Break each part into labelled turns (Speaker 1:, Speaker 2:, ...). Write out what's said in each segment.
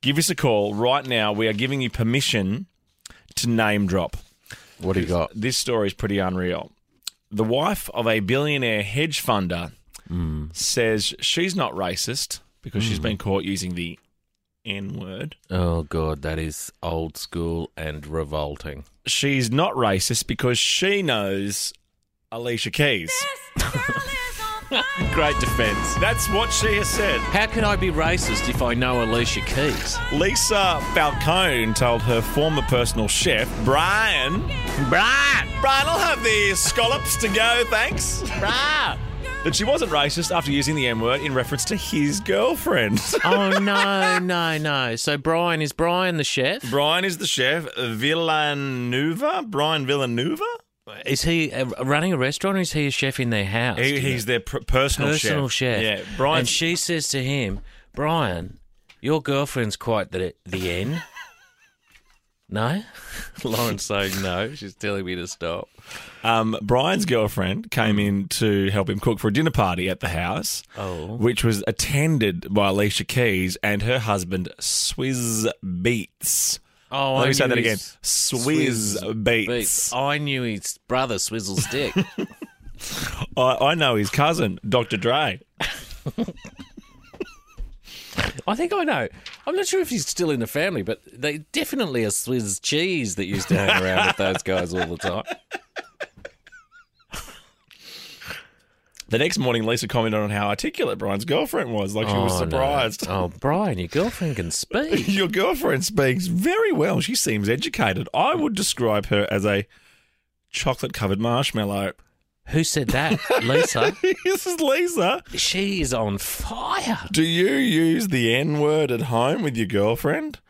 Speaker 1: give us a call right now. We are giving you permission to name drop.
Speaker 2: What do you got?
Speaker 1: This story is pretty unreal. The wife of a billionaire hedge funder says she's not racist because she's been caught using the N word.
Speaker 2: Oh god, that is old school and revolting.
Speaker 1: She's not racist because she knows Alicia Keys. Great defense. That's what she has said.
Speaker 2: How can I be racist if I know Alicia Keys?
Speaker 1: Lisa Falcone told her former personal chef, Brian. Brian! Brian, I'll have the scallops to go, thanks. Brian! That she wasn't racist after using the M word in reference to his girlfriend.
Speaker 2: oh no, no, no. So Brian is Brian the chef?
Speaker 1: Brian is the chef, Villanueva? Brian Villanueva?
Speaker 2: Is he uh, running a restaurant or is he a chef in their house? Do
Speaker 1: He,
Speaker 2: you
Speaker 1: he's
Speaker 2: know?
Speaker 1: their pr- personal,
Speaker 2: personal chef.
Speaker 1: Yeah, Brian.
Speaker 2: And she says to him, Brian, your girlfriend's quite the the N. no? Lauren's saying no. She's telling me to stop.
Speaker 1: um, Brian's girlfriend came in to help him cook for a dinner party at the house,
Speaker 2: Oh.
Speaker 1: which was attended by Alicia Keys and her husband Swizz Beats.
Speaker 2: Oh,
Speaker 1: Let
Speaker 2: I
Speaker 1: me say
Speaker 2: knew
Speaker 1: that again.
Speaker 2: his-
Speaker 1: Swizz, Beats.
Speaker 2: Beats. I knew his brother Swizzle's dick.
Speaker 1: I, I know his cousin, Dr. Dre.
Speaker 2: I think I know. I'm not sure if he's still in the family, but they definitely are Swiss cheese that used to hang around with those guys all the time.
Speaker 1: The next morning, Lisa commented on how articulate Brian's girlfriend was. Like she was
Speaker 2: Oh, no.
Speaker 1: surprised.
Speaker 2: Oh, Brian, your girlfriend can speak.
Speaker 1: Your girlfriend speaks very well. She seems educated. I would describe her as a chocolate covered marshmallow.
Speaker 2: Who said that? Lisa.
Speaker 1: this is Lisa.
Speaker 2: She is on fire.
Speaker 1: Do you use the N word at home with your girlfriend?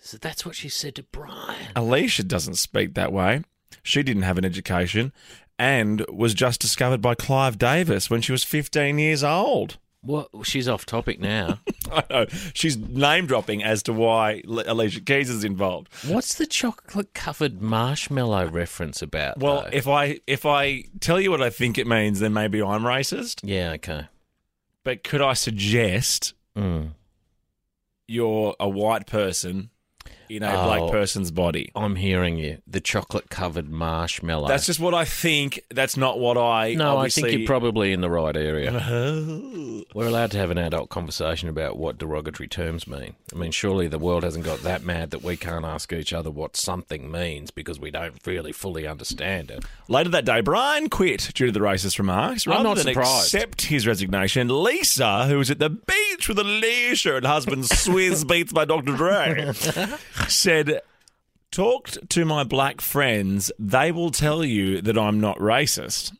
Speaker 2: So that's what she said to Brian.
Speaker 1: Alicia doesn't speak that way. She didn't have an education and was just discovered by Clive Davis when she was 15 years old.
Speaker 2: What? She's off topic now.
Speaker 1: I know. She's name dropping as to why Le- Alicia Keys is involved.
Speaker 2: What's the chocolate covered marshmallow reference about?
Speaker 1: Well,
Speaker 2: though?
Speaker 1: if I if I tell you what I think it means, then maybe I'm racist.
Speaker 2: yeah, okay.
Speaker 1: But could I suggest
Speaker 2: Mm.
Speaker 1: you're a white person in a
Speaker 2: Oh.
Speaker 1: black person's body?
Speaker 2: I'm hearing you. The chocolate covered marshmallow.
Speaker 1: That's just what I think. That's not what I.
Speaker 2: no, I think
Speaker 1: obviously-
Speaker 2: you're probably in the right area. We're allowed to have an adult conversation about what derogatory terms mean. I mean, surely the world hasn't got that mad that we can't ask each other what something means because we don't really fully understand it.
Speaker 1: Later that day, Brian quit due to the racist remarks.
Speaker 2: I'm
Speaker 1: Rather
Speaker 2: not
Speaker 1: than
Speaker 2: surprised.
Speaker 1: accept his resignation, Lisa, who was at the beach with Alicia and husband Swizz Beats by Dr. Dre, said, Talked to my black friends. They will tell you that I'm not racist.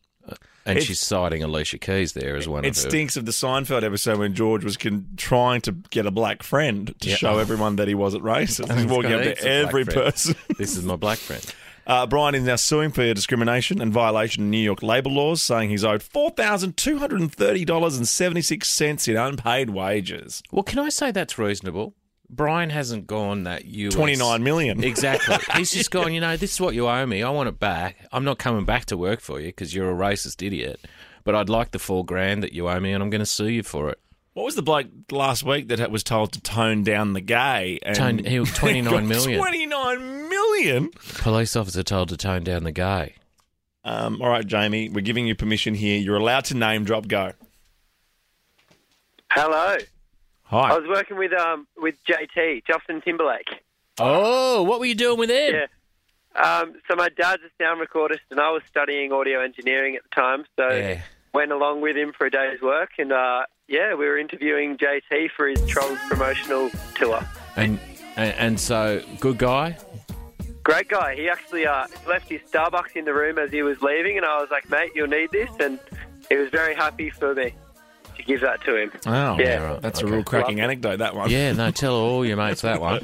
Speaker 2: And
Speaker 1: It's-
Speaker 2: she's citing Alicia Keys there as one
Speaker 1: It
Speaker 2: of her.
Speaker 1: stinks of the Seinfeld episode when George was con- trying to get a black friend to
Speaker 2: Yeah.
Speaker 1: show everyone that he wasn't racist. He's
Speaker 2: he's
Speaker 1: walking
Speaker 2: got
Speaker 1: up
Speaker 2: heaps
Speaker 1: to
Speaker 2: of black
Speaker 1: every
Speaker 2: friends.
Speaker 1: person.
Speaker 2: this is my black friend.
Speaker 1: Uh, Brian is now suing for discrimination and violation of New York labor laws, saying he's owed $4,230.76 in unpaid wages.
Speaker 2: Well, can I say that's reasonable? Brian hasn't gone that US.
Speaker 1: 29 million.
Speaker 2: Exactly. He's just gone, you know, this is what you owe me. I want it back. I'm not coming back to work for you because you're a racist idiot. But I'd like the four grand that you owe me and I'm going to sue you for it.
Speaker 1: What was the bloke last week that was told to tone down the gay? And
Speaker 2: Tone- he was 29 million.
Speaker 1: 29 million?
Speaker 2: Police officer told to tone down the gay.
Speaker 1: Um, all right, Jamie, we're giving you permission here. You're allowed to name drop go.
Speaker 3: Hello. I
Speaker 1: Hi.
Speaker 3: was working with um with JT Justin Timberlake.
Speaker 2: Oh, what were you doing with him?
Speaker 3: Yeah. Um, so my dad's a sound recordist, and I was studying audio engineering at the time. So
Speaker 2: Yeah.
Speaker 3: went along with him for a day's work, and uh, yeah, we were interviewing JT for his Trolls promotional tour.
Speaker 2: And, and and so good guy.
Speaker 3: Great guy. He actually uh, left his Starbucks in the room as he was leaving, and I was like, "Mate, you'll need this," and he was very happy for me to give that to him.
Speaker 1: Oh,
Speaker 3: Yeah. right.
Speaker 1: That's a real cracking anecdote, that one.
Speaker 2: Yeah, no, tell all your mates that one.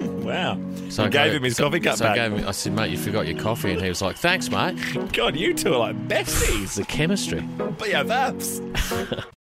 Speaker 1: Wow.
Speaker 2: So
Speaker 1: You gave him his coffee cup
Speaker 2: So
Speaker 1: back.
Speaker 2: I gave him. I said, mate, you forgot your coffee, and he was like, thanks, mate.
Speaker 1: God, you two are like besties.
Speaker 2: It's the chemistry.
Speaker 1: BFFs.